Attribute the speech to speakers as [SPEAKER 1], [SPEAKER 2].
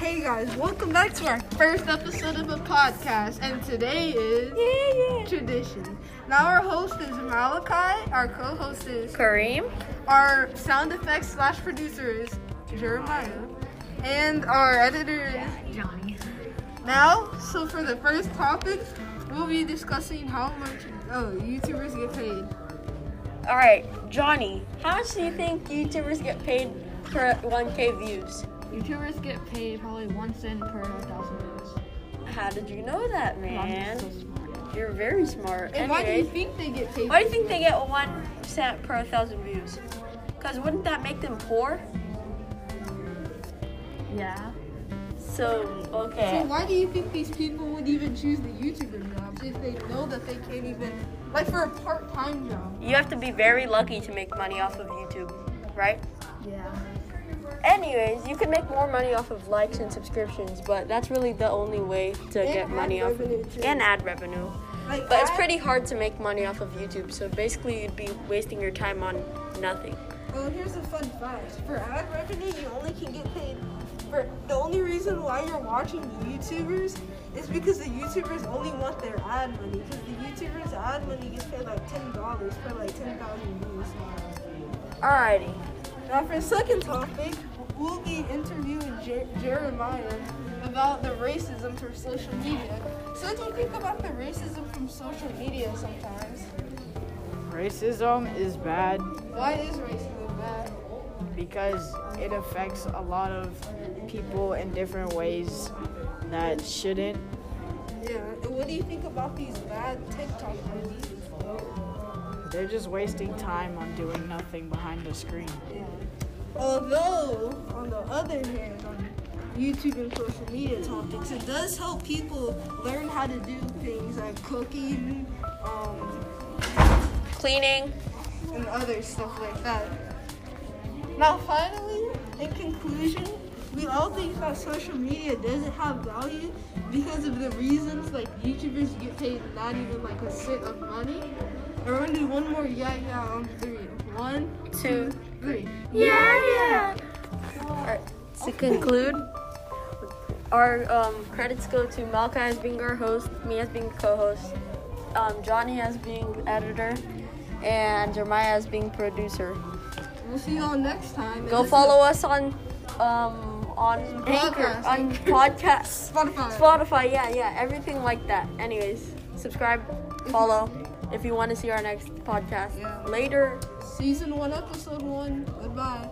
[SPEAKER 1] guys, welcome back to our first episode of a podcast, and today is tradition. Now our host is Malachi, our co-host is
[SPEAKER 2] Kareem.
[SPEAKER 1] our sound effects slash producer is Jeremiah, and our editor is
[SPEAKER 2] Johnny.
[SPEAKER 1] now. So for the first topic, we'll be discussing how much oh YouTubers get paid.
[SPEAKER 2] All right, Johnny. How much do you think YouTubers get paid per 1K views?
[SPEAKER 3] YouTubers get paid probably one cent per 1,000 views.
[SPEAKER 2] How did you know that,
[SPEAKER 3] I'm
[SPEAKER 2] man?
[SPEAKER 3] so smart.
[SPEAKER 2] You're very smart.
[SPEAKER 1] And why do you
[SPEAKER 2] Anyway,
[SPEAKER 1] think they get paid?
[SPEAKER 2] why do you think they get one cent per thousand views? Because wouldn't that make them poor?
[SPEAKER 3] Yeah.
[SPEAKER 2] So
[SPEAKER 1] So
[SPEAKER 2] okay.
[SPEAKER 1] why do you think these people would even choose the YouTuber jobs if they know that they can't even like for a part-time job?
[SPEAKER 2] You have to be very lucky to make money off of YouTube, right?
[SPEAKER 3] Yeah.
[SPEAKER 2] Anyways, you can make more money off of likes and subscriptions, but that's really the only way to
[SPEAKER 1] And
[SPEAKER 2] get money
[SPEAKER 1] ad
[SPEAKER 2] off of
[SPEAKER 1] revenue, too.
[SPEAKER 2] and ad revenue.
[SPEAKER 1] Like,
[SPEAKER 2] But it's
[SPEAKER 1] I-
[SPEAKER 2] pretty hard to make money off of YouTube, so basically you'd be wasting your time on nothing.
[SPEAKER 1] Well, here's a fun fact: for ad revenue, you only can get paid. For the only reason why you're watching YouTubers is because the YouTubers only want their ad money. Because the YouTubers' ad money gets paid like ten dollars for like ten thousand views.
[SPEAKER 2] Alrighty.
[SPEAKER 1] Now, for the second topic, we'll be interviewing Jer- Jeremiah about the racism from social media. So, what do you think about the racism from social media sometimes?
[SPEAKER 4] Racism is bad
[SPEAKER 1] Why is racism bad?
[SPEAKER 4] because it affects a lot of people in different ways that shouldn't.
[SPEAKER 1] Yeah, and what do you think about these bad TikTok movies?
[SPEAKER 4] They're just wasting time on doing nothing behind the screen.
[SPEAKER 1] Although, on the other hand, on YouTube and social media topics, it does help people learn how to do things like cooking um,
[SPEAKER 2] Cleaning.
[SPEAKER 1] and other stuff like that. Now, finally, in conclusion, we all think that social media doesn't have value because of the reasons like YouTubers get paid not even like a cent of money. We're gonna do one more yeah yeah on three. One,
[SPEAKER 2] Two.
[SPEAKER 1] three.
[SPEAKER 2] Yeah, yeah. to conclude, our um, credits go to Malcolm as being our host, me as being co-host, um, Johnny as being editor, and Jeremiah as being producer.
[SPEAKER 1] We'll see y'all next time.
[SPEAKER 2] Go
[SPEAKER 1] This is
[SPEAKER 2] follow us on um, on Anchor,
[SPEAKER 1] Podcast.
[SPEAKER 2] on podcasts.
[SPEAKER 1] Spotify.
[SPEAKER 2] Spotify, yeah, yeah, everything like that. Anyways, subscribe, follow if you want to see our next podcast
[SPEAKER 1] Yeah.
[SPEAKER 2] later.
[SPEAKER 1] Season one, episode one. Goodbye.